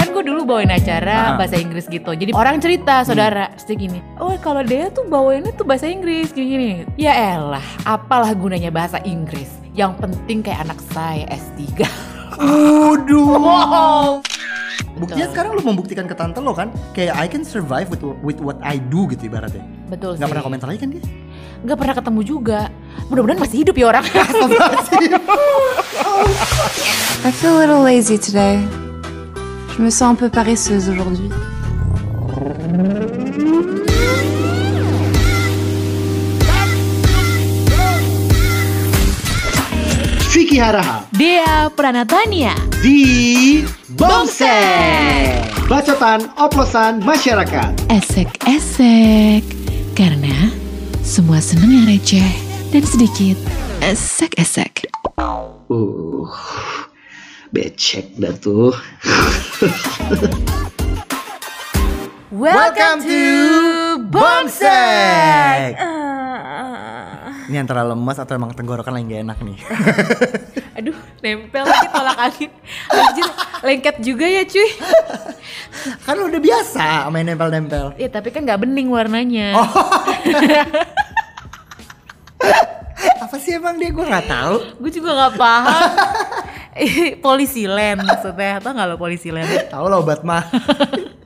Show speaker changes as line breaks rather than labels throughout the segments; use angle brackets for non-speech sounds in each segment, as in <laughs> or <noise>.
kan gue dulu bawain acara
Ah.
bahasa Inggris gitu jadi orang cerita saudara pasti gini oh kalau dia tuh bawainnya tuh bahasa Inggris gini gini ya elah apalah gunanya bahasa Inggris yang penting kayak anak saya S3 <laughs>
Waduh.
wow
Buktinya
Betul.
sekarang lu membuktikan ke tante lo kan, kayak I can survive with with what I do gitu ibaratnya.
betul
Gak
sih.
pernah komentar lagi kan dia?
nggak pernah ketemu juga mudah-mudahan masih hidup ya orang
<laughs>
I feel a little lazy today. Je me sens un peu paresseuse aujourd'hui.
Vicky Haraha
dia Pranatania
di
Bongsek.
Bacotan Oplosan Masyarakat.
esek-esek karena semua seneng yang receh dan sedikit esek-esek.
Uh, becek dah tuh.
Welcome to Bongsek.
Uh.
Ini antara lemas atau emang tenggorokan lagi gak enak nih. <laughs>
aduh nempel lagi tolak angin Anjir, lengket juga ya cuy
kan lu udah biasa main nempel-nempel.
ya tapi kan nggak bening warnanya
Eh, Apa sih emang dia gue nggak tahu.
gue juga nggak paham <laughs> Ih, polisi land maksudnya tau nggak lo polisi land
Tahu lah obat mah.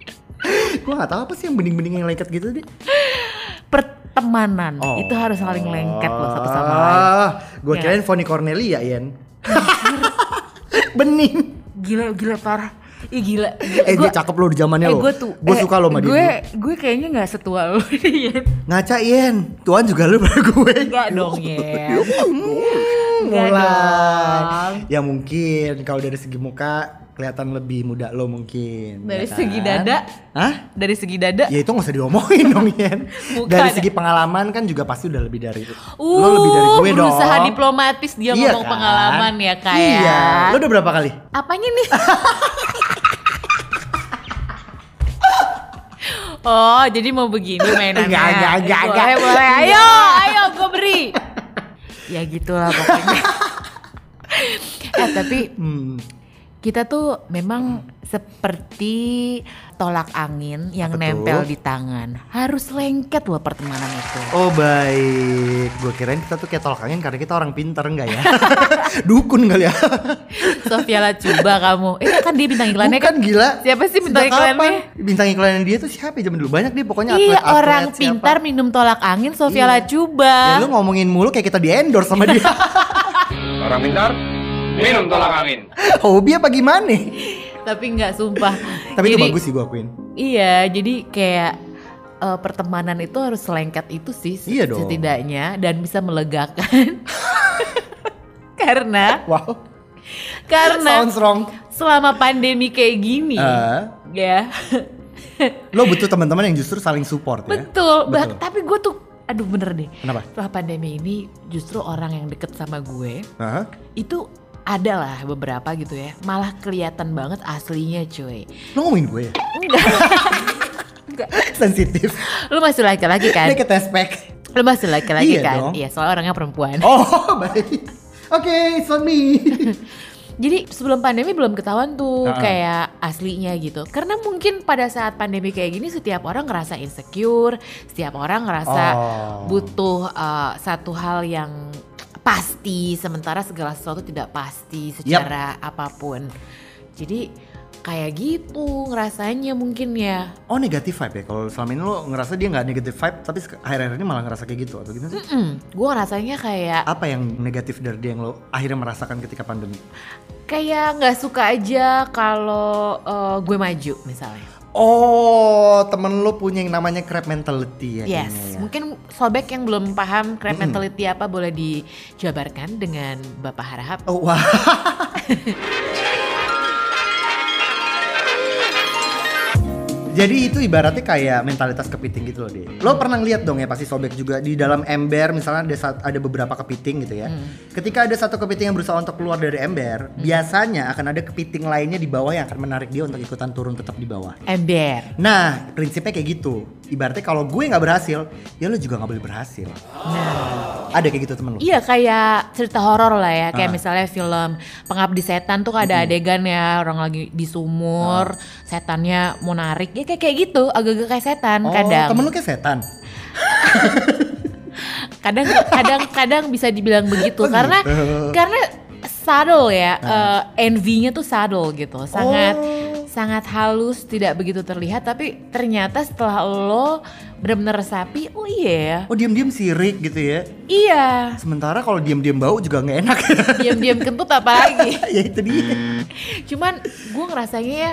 <laughs> gue nggak tahu apa sih yang bening-bening yang lengket gitu deh.
pertemanan
Oh.
itu harus saling lengket loh satu sama lain
Gue
Ya.
Ah, kirain Foni Cornelia, Yen. <laughs> Bening.
gila gila parah Ih gila, gila.
Eh
Gua-
dia cakep lo di zamannya
eh,
lo.
gue tuh
Gue
eh,
suka lo sama dia.
gue
dulu.
gue kayaknya nggak setua <laughs> lo
Ngaca Yen, Tuhan juga lu pada gue.
Enggak dong
<laughs> Iya.
ya Nggak dong.
Mulai. Ya mungkin kalau dari segi muka kelihatan lebih muda lo mungkin.
Dari
ya kan?
segi dada?
Hah?
dari segi dada
Ya itu gak usah diomongin dong Yen.
Bukan.
Dari segi pengalaman kan juga pasti udah lebih dari
Uh,
lo lebih dari gue dong.
berusaha diplomatis dia
Iya
ngomong
kan?
pengalaman ya kayak.
Iya. Lo udah berapa kali?
Apanya nih? <laughs> oh, jadi mau begini mainannya.
Enggak, enggak, enggak,
Boleh,
enggak.
boleh. Ayo, ayo gue
<laughs>
beri. ya gitulah pokoknya. <laughs> eh, tapi
Hmm.
kita tuh memang seperti tolak angin yang
Apa tuh?
nempel di tangan. Harus lengket loh pertemanan itu.
<laughs> Oh baik, gue kirain kita tuh kayak tolak angin karena kita orang pinter enggak ya? <laughs> Dukun kali ya?
Sofia Lacuba kamu. Eh kan dia bintang iklannya
Bukan
kan.
gila.
Siapa sih bintang
Sejak kapan?
iklannya?
Bintang iklannya dia tuh siapa ya zaman dulu? Banyak dia pokoknya
Iya
atlet-atlet
orang
siapa.
pintar minum tolak angin Sofia
Iya.
Lacuba.
Ya lu ngomongin mulu kayak kita di endorse sama dia.
<laughs>
Orang pintar minum tolak angin.
Hobi apa gimana?
Tapi nggak sumpah.
<laughs> Tapi itu bagus sih gue akuin.
Iya jadi kayak eh, pertemanan itu harus selengket itu sih se-
Iya dong.
setidaknya dan bisa melegakan. <laughs> karena
Wow.
karena
Sounds wrong.
selama pandemi kayak gini
Eh,
ya
lo butuh teman-teman yang justru saling support ya.
betul. Bah-
Betul.
tapi gue tuh aduh bener deh.
Kenapa?
Setelah pandemi ini justru orang yang deket sama gue
Hah?
itu ada lah beberapa gitu ya malah kelihatan banget aslinya cuy
Lo ngomongin gue ya? <laughs>
Enggak.
Sensitif.
lu masih laki-laki kan
Dia ke tespek.
lu masih laki-laki
Iya
kan
dong.
iya soalnya orangnya perempuan
Oh, <laughs> baik. Oke, it's on me.
jadi sebelum pandemi belum ketahuan tuh
Ha-ha.
kayak aslinya gitu karena mungkin pada saat pandemi kayak gini setiap orang ngerasa insecure setiap orang ngerasa
Oh.
butuh uh, satu hal yang pasti sementara segala sesuatu tidak pasti secara apapun jadi kayak gitu ngerasanya mungkin ya
Oh negatif vibe ya? Kalau selama ini lo ngerasa dia nggak negatif vibe, tapi sek- akhir-akhir ini malah ngerasa kayak gitu atau gimana sih?
gue Hmm, ngerasanya kayak
Apa yang negatif dari dia yang lo akhirnya merasakan ketika pandemi?
kayak nggak suka aja kalau eh, gue maju misalnya.
Oh, temen lo punya yang namanya crab mentality ya?
Yes,
kayaknya ya?
mungkin sobek yang belum paham crab mentality apa boleh dijabarkan dengan Bapak Harahap.
Oh, wah. <laughs> Jadi itu ibaratnya kayak mentalitas kepiting gitu loh deh. Lo pernah lihat dong ya pasti sobek juga di dalam ember misalnya ada sat- ada beberapa kepiting gitu ya. Ketika ada satu kepiting yang berusaha untuk keluar dari ember, biasanya akan ada kepiting lainnya di bawah yang akan menarik dia untuk ikutan turun tetap di bawah.
ember.
Nah, prinsipnya kayak gitu. Ibaratnya kalau gue nggak berhasil, ya lo juga nggak boleh berhasil. Ada kayak gitu temen lo.
Nah, Iya kayak cerita horor lah ya kayak
Ah.
misalnya film Pengabdi Setan tuh ada adegan ya orang lagi di sumur
Ah.
setannya mau narik ya kayak kayak gitu agak-agak kayak setan
Oh,
kadang
temen lo kayak setan.
kadang kadang kadang bisa dibilang begitu
Oh,
karena
gitu. Nah.
karena subtle ya eh, envy-nya tuh subtle gitu sangat
Oh.
sangat halus tidak begitu terlihat tapi ternyata setelah lo benar-benar resapi oh iya
Oh, diam-diam sirik gitu ya.
iya
Sementara kalau diam-diam bau juga nggak enak. <laughs>
diam-diam kentut apa lagi
ya itu dia.
Cuman gue ngerasanya ya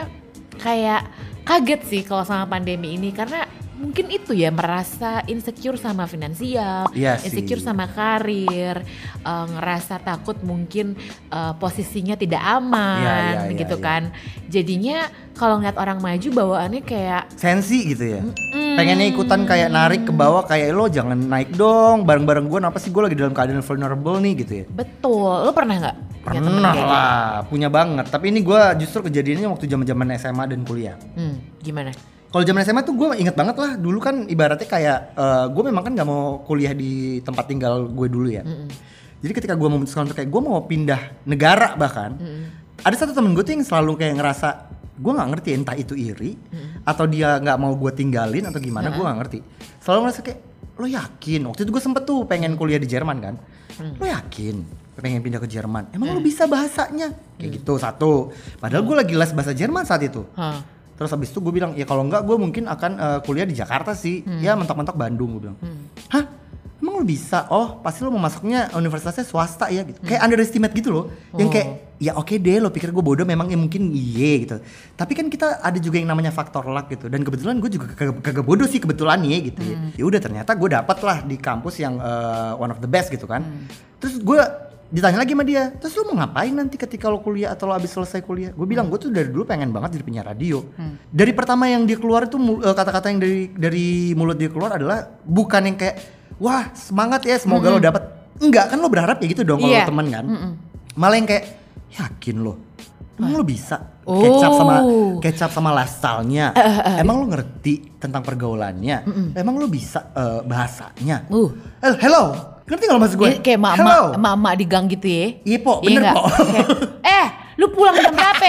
kayak kaget sih kalau sama pandemi ini karena mungkin itu ya merasa insecure sama finansial,
Iya sih.
insecure sama karir, eh, ngerasa takut mungkin eh, posisinya tidak aman
Iya, iya, iya,
gitu
iya.
kan. Jadinya kalau ngeliat orang maju bawaannya kayak
Sensi gitu ya.
"Hmm,
pengennya ikutan kayak narik ke bawah kayak lo jangan naik dong bareng-bareng gue apa sih gue lagi dalam keadaan vulnerable nih gitu ya
Betul, lo pernah nggak? punya temen
pernah
kayak gitu?
lah punya banget tapi ini gue justru kejadiannya waktu zaman zaman SMA dan kuliah
Hmm, gimana?
kalau zaman SMA tuh gue inget banget lah dulu kan ibaratnya kayak gue memang kan nggak mau kuliah di tempat tinggal gue dulu ya
Mm-mm.
jadi ketika gue memutuskan untuk kayak gue mau pindah negara bahkan ada satu temen gue tuh yang selalu kayak ngerasa gue nggak ngerti entah itu iri atau dia nggak mau gue tinggalin atau gimana gue nggak ngerti selalu ngerasa kayak lo yakin waktu itu gue sempet tuh pengen kuliah di Jerman kan lo yakin pengen pindah ke Jerman emang lo bisa bahasanya kayak gitu satu padahal gue lagi les bahasa Jerman saat itu
Hah.
Terus habis itu gue bilang, ya kalau enggak gue mungkin akan eh, kuliah di Jakarta sih. Ya mentok-mentok Bandung gue bilang. Hah? Emang lu bisa? Oh pasti lu mau masuknya universitasnya swasta ya gitu. Kayak underestimate gitu loh. Yang kayak ya oke deh lo pikir gue bodoh memang ya mungkin iye gitu. Tapi kan kita ada juga yang namanya faktor luck gitu. Dan kebetulan gue juga kagak kagak bodoh sih kebetulan ya gitu. ya. Ya udah ternyata gue dapet lah di kampus yang eh, one of the best gitu kan. Terus gue ditanya lagi sama dia terus lu mau ngapain nanti ketika lo kuliah atau lo abis selesai kuliah gue bilang gue tuh dari dulu pengen banget jadi penyiar radio
Hmm.
dari pertama yang dia keluar itu mul- eh, kata-kata yang dari dari mulut dia keluar adalah bukan yang kayak wah semangat ya semoga lo dapet enggak kan lo berharap ya gitu dong
Hmm.
kalau
Iya.
lo teman kan
Mm-mm.
malah yang kayak yakin lo emang lo bisa
Oh. Eh,
kecap sama kecap sama lifestyle-nya emang lo ngerti tentang pergaulannya emang lo bisa eh, bahasanya
Uh.
Eh, hello ngerti kalau maksud gue
Ini Iya, kayak
Hello.
mama, mama di gang gitu ya.
Iya, Po, bener,
nggak?
Po. <laughs>
Kayak, eh, lu pulang jam berapa?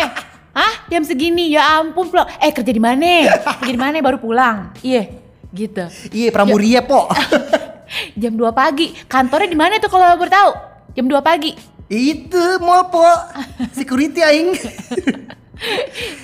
Hah? Jam segini? Ya ampun, pulang. Eh, kerja di mana? Kerja di mana baru pulang? Iya, gitu.
Iya pramuria
<laughs>
po.
Jam 2 pagi. Kantornya di mana tuh kalau baru tahu? Jam 2 pagi.
itu mau po.
<laughs>
Security aing.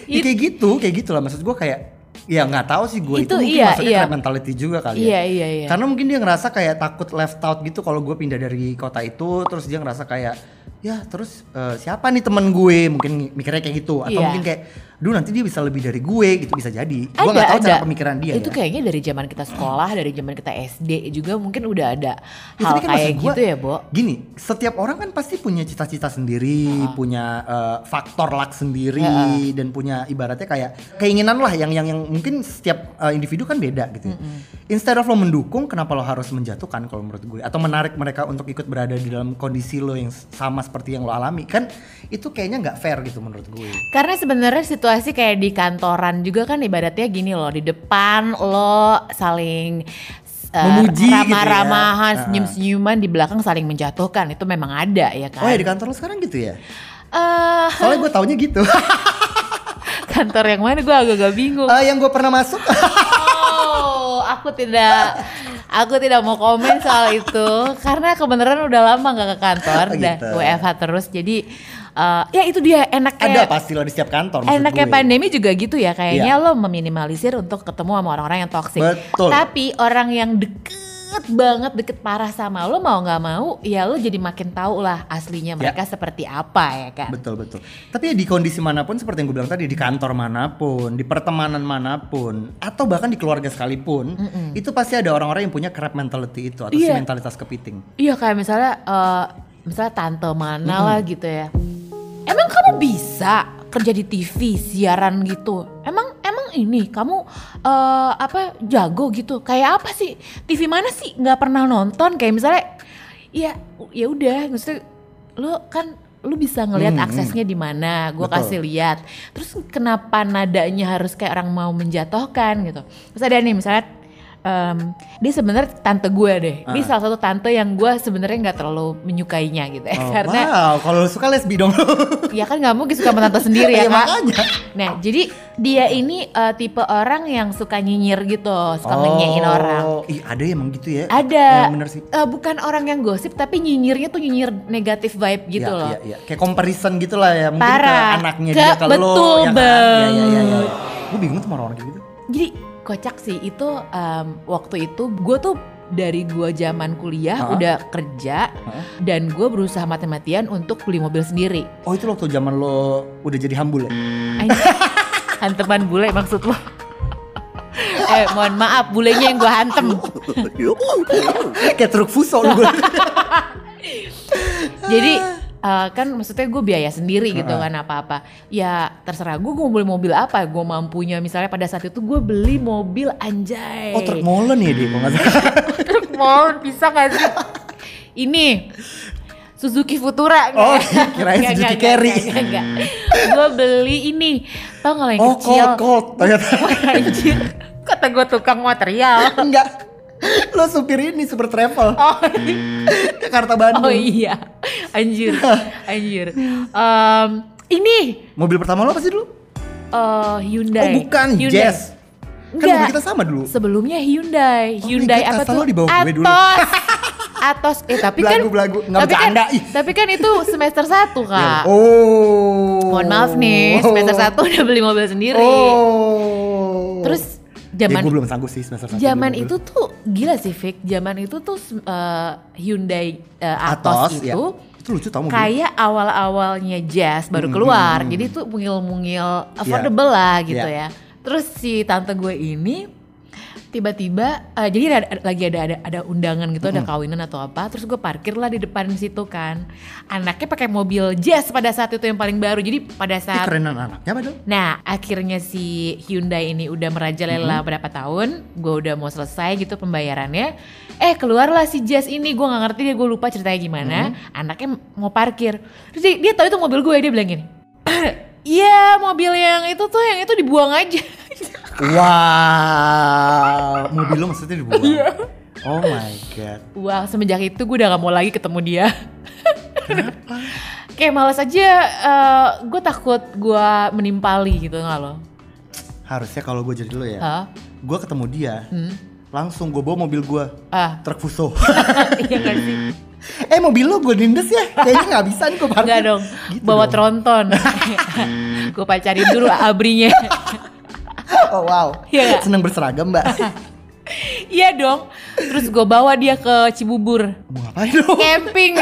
Ya, kayak gitu, kayak gitu lah maksud gua kayak ya nggak tahu sih gue itu,
Itu
mungkin
iya,
masuknya
iya.
ke mentality juga kali ya.
Iya, iya, iya.
Karena mungkin dia ngerasa kayak takut left out gitu kalau gue pindah dari kota itu, terus dia ngerasa kayak ya terus eh, siapa nih temen gue mungkin mikirnya kayak gitu atau
Iya.
mungkin kayak, duh nanti dia bisa lebih dari gue gitu bisa jadi. Gue
Ada,
nggak tahu cara
ada.
pemikiran dia.
Itu
ya.
kayaknya dari zaman kita sekolah, dari zaman kita SD juga mungkin udah ada
Ya,
hal
tapi kan maksud
kayak
gua,
gitu ya, Bo.
Gini, setiap orang kan pasti punya cita-cita sendiri, punya eh, faktor luck sendiri, dan punya ibaratnya kayak keinginan lah yang yang yang mungkin setiap eh, individu kan beda gitu. ya. Instead of lo mendukung, kenapa lo harus menjatuhkan kalau menurut gue? Atau menarik mereka untuk ikut berada di dalam kondisi lo yang sama seperti yang lo alami kan? Itu kayaknya nggak fair gitu menurut gue.
Karena sebenarnya situasi kayak di kantoran juga kan ibaratnya gini loh di depan lo saling eh,
Memuji gitu ya.
ramah-ramahan,
Heeh.
senyum-senyuman di belakang saling menjatuhkan itu memang ada ya kan.
Oh ya di kantor lo sekarang gitu ya?
Eh,
Soalnya gue taunya gitu.
<laughs> kantor yang mana gue agak-agak
<laughs>
bingung.
Eh, yang gue pernah masuk
Oh, aku tidak aku tidak mau komen soal itu karena kebeneran udah lama nggak ke kantor
Oh,
dan
gitu.
WFH terus jadi eh, ya itu dia enaknya
ada pasti lo di setiap kantor. maksud
Enaknya
gue. Iya.
pandemi juga gitu ya kayaknya lo meminimalisir untuk ketemu sama orang-orang yang toksik.
Betul.
Tapi orang yang deket banget deket parah sama lo mau nggak mau ya lo jadi makin tahu lah
Ya.
aslinya mereka seperti apa ya kan.
Betul betul. Tapi ya di kondisi manapun seperti yang gue bilang tadi di kantor manapun, di pertemanan manapun, atau bahkan di keluarga sekalipun, itu pasti ada orang-orang yang punya crab mentality itu atau si
Iya.
mentalitas kepiting.
Iya kayak misalnya eh, misalnya tante mana lah gitu ya. Emang kamu bisa kerja di TV siaran gitu? Emang emang ini kamu eh, apa jago gitu. Kayak apa sih? TV mana sih nggak pernah nonton? Kayak misalnya ya ya udah maksudnya lo kan lu bisa ngelihat
Hmm,
aksesnya di mana, gue
Betul.
kasih lihat. Terus kenapa nadanya harus kayak orang mau menjatuhkan gitu? Terus ada nih misalnya em, dia sebenarnya tante gue deh. Dia
Ah.
salah satu tante yang gue sebenarnya nggak terlalu menyukainya gitu ya.
Oh,
Karena
wow, kalau lu suka lesbi dong.
ya kan nggak mungkin suka sama tante
<laughs>
sendiri ya
Iya,
kak.
makanya.
Nah jadi dia ini eh, tipe orang yang suka nyinyir gitu, suka
Oh,
menyanyiin orang.
Ih, ada emang gitu ya.
Ada.
Yang bener sih.
Eh, bukan orang yang gosip tapi nyinyirnya tuh nyinyir negatif vibe gitu
Iya,
loh.
Iya, iya. Kayak comparison gitu lah ya. Mungkin
Parah.
ke anaknya
Ke-
dia kalau lo. ya kan?
betul banget.
Gue bingung tuh sama orang-orang kayak gitu.
Jadi kocak sih itu em, waktu itu gue tuh dari gue zaman kuliah
Hah?
udah kerja
Hah?
dan gue berusaha mati-matian untuk beli mobil sendiri.
Oh itu waktu zaman lo udah jadi
<laughs>
hambul ya?
Anjing. Hanteman bule maksud lo? <laughs> eh mohon maaf bulenya yang gue hantem.
Kayak truk fuso lo gue.
Jadi eh, kan maksudnya gue biaya sendiri gitu kan apa-apa. Ya terserah gue gue beli mobil apa gue mampunya. Misalnya pada saat itu gue beli mobil anjay.
Oh truk
<laughs>
molen ya dia kalau nggak salah.
Truk molen bisa gak sih? Ini Suzuki Futura nggak?
Oh, kirain
Nggak,
Suzuki
nggak,
Carry.
nggak, nggak, nggak. Gue beli ini Tau gak lah yang
Oh
kecil
cold cold. Ternyata <laughs>
Wah, <laughs> anjir Kata gue tukang material <laughs>
enggak. Lo supir ini super travel.
Oh,
Jakarta Bandung.
oh iya Anjir Anjir Em, Ini
Mobil pertama lo apa sih dulu?
eh,
Oh
Hyundai
bukan,
Hyundai.
Jazz. Kan
Nggak.
mobil kita sama dulu.
Sebelumnya Hyundai,
Oh my
Hyundai
God,
apa
Tesla
tuh?
lo di bawah gue dulu. <laughs>
Atos. Atos. Eh tapi kan
Belagu-belagu, nggak
tapi kan,
bercanda, ih. Ya,
tapi kan itu semester 1, Kak.
Oh.
Mohon maaf nih, semester 1 udah beli mobil sendiri.
Oh.
Terus
Zaman
zaman
gue belum sanggup sih semester satu beli
zaman
mobil.
itu tuh gila sih, Vic. Zaman itu tuh eh, Hyundai eh, Atos,
Atos, ya.
itu
Itu lucu tau mobil.
kayak awal-awalnya jazz baru
gitu. Hmm,
keluar.
hmm,
Jadi tuh mungil-mungil affordable lah gitu
Iya.
ya. Terus si tante gue ini tiba-tiba eh, jadi ada- ada- lagi ada ada ada undangan gitu
Hmm.
ada kawinan atau apa terus gue parkir lah di depan situ kan anaknya pakai mobil jazz pada saat itu yang paling baru jadi pada
Ini
saat
kerenan anaknya
<laughs>
padahal.
Nah, akhirnya si Hyundai ini udah merajalela berapa tahun. Gue udah mau selesai gitu pembayarannya. Eh, keluarlah si Jazz ini. Gue nggak ngerti dia, gue lupa ceritanya gimana. Anaknya mau parkir. Terus dia, dia tahu itu mobil gue, dia bilang gini. <clears throat> Iya, mobil yang itu tuh yang itu dibuang aja. <laughs>
Wow, mobil lo maksudnya dibuang?
Iya.
Oh my god.
Wah, semenjak itu gue udah gak mau lagi ketemu dia. <laughs> Kayak males aja, eh, gue takut gue menimpali gitu nggak lo?
Harusnya kalau gue jadi lo ya,
Hah?
gue ketemu dia,
Hmm?
langsung gue bawa mobil gue,
Ah, <laughs>
truk fuso.
iya gak sih?
eh mobil lo gue nindes ya, kayaknya nggak bisa nih gue parkir.
Enggak dong,
Gitu
bawa
dong.
tronton. gue pacarin dulu abrinya.
<laughs>
<laughs>
Oh wow,
Iya nggak?
seneng berseragam
<laughs>
mbak.
iya dong. Terus gue bawa dia ke Cibubur.
Mau ngapain lo?
Camping.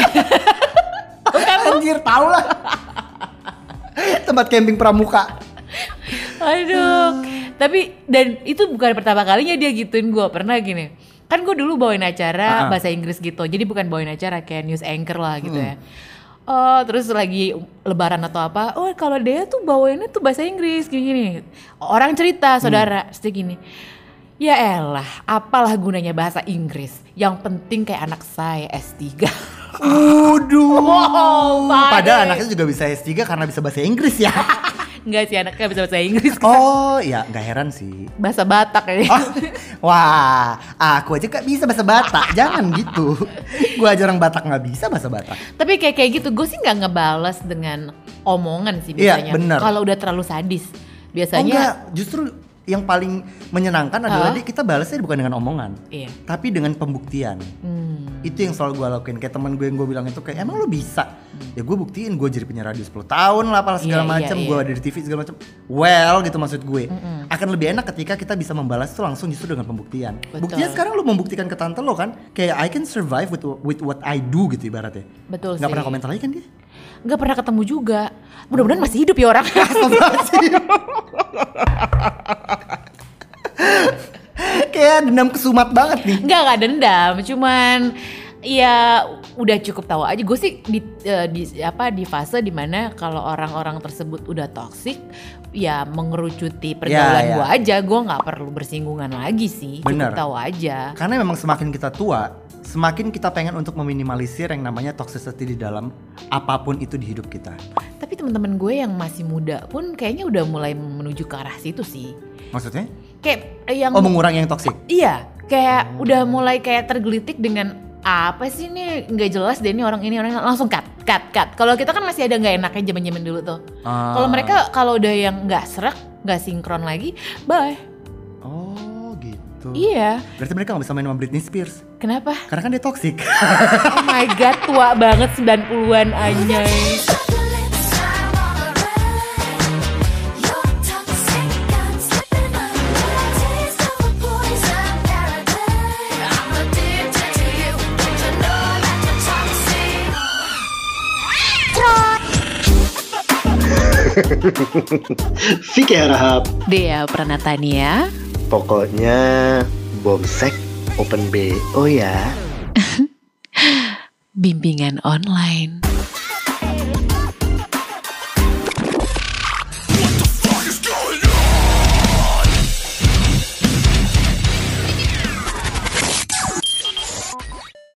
Ya, kan,
Anjir tau lah. <laughs> Tempat camping pramuka. Hmm.
Aduh. Tapi dan itu bukan pertama kalinya dia gituin gue. Pernah gini. Kan gue dulu bawain acara
Ah-ah.
bahasa Inggris gitu. Jadi bukan bawain acara kayak news anchor lah gitu
Hmm.
ya. Oh, terus lagi lebaran atau apa? Oh, kalau dia tuh bawainnya tuh bahasa Inggris gini-gini. Orang cerita,
Hmm.
saudara, pasti gini. Ya elah, apalah gunanya bahasa Inggris? Yang penting kayak anak saya <laughs> S3. <laughs>
Waduh.
Wow, Pak
Padahal
Ade.
anaknya juga bisa S3 karena bisa bahasa Inggris
<laughs>
ya.
Enggak sih anaknya bisa bahasa Inggris.
Oh, ya nggak heran sih.
<laughs> Bahasa Batak ya.
Oh, wah, aku aja gak bisa bahasa Batak. Jangan
<laughs>
gitu. Gua aja orang Batak nggak bisa bahasa Batak.
Tapi kayak kayak gitu, gue sih nggak ngebales dengan omongan sih
Iya,
biasanya.
bener.
Kalau udah terlalu sadis,
Oh enggak,
biasanya.
justru yang paling menyenangkan adalah
Hah?
di- kita balasnya bukan dengan omongan,
Iya.
tapi dengan pembuktian.
Hmm.
Itu yang selalu gua lakuin. Kayak teman gue yang gue bilang itu kayak emang lo bisa. Ya gue buktiin gue jadi penyiar radio 10 tahun lah apalah segala
Hmm. Iya, iya,
macam,
iya.
gue ada di TV segala macam. Well, gitu maksud gue. Akan lebih enak ketika kita bisa membalas itu langsung justru dengan pembuktian.
Betul.
Buktinya sekarang lo membuktikan ke tante lo kan, kayak I can survive with with what I do gitu ibaratnya.
Betul
Nggak
sih.
pernah komentar lagi kan dia?
Nggak pernah ketemu juga. Mudah-mudahan masih hidup ya orang. <laughs>
Astagfirullahaladzim. Kayak dendam kesumat banget nih.
Nggak nggak dendam, cuman ya udah cukup tahu aja. Gue sih di, eh, di- apa di fase dimana kalau orang-orang tersebut udah toksik, ya mengerucuti pergaulan
ya.
gue aja. Gue nggak perlu bersinggungan lagi sih.
Bener.
Cukup tahu aja.
Karena memang semakin kita tua, semakin kita pengen untuk meminimalisir yang namanya toxicity di dalam apapun itu di hidup kita.
Tapi teman-teman gue yang masih muda pun kayaknya udah mulai menuju ke arah situ sih.
Maksudnya?
Kayak eh, yang
Oh, mengurangi yang toksik.
Iya, kayak udah mulai kayak tergelitik dengan apa sih ini nggak jelas deh ini orang ini orang ini." langsung cut cut cut. Kalau kita kan masih ada nggak enaknya zaman zaman dulu tuh.
Ah.
Kalau mereka kalau udah yang nggak serak nggak sinkron lagi, bye.
Oh, gitu.
Iya,
Berarti mereka nggak bisa main sama Britney Spears.
kenapa?
Karena kan dia toksik.
Oh my god, tua banget 90-an anjay.
Vicky Harahap.
Dea Pranatania,
Pokoknya bomsek open B. Oh ya.
bimbingan online.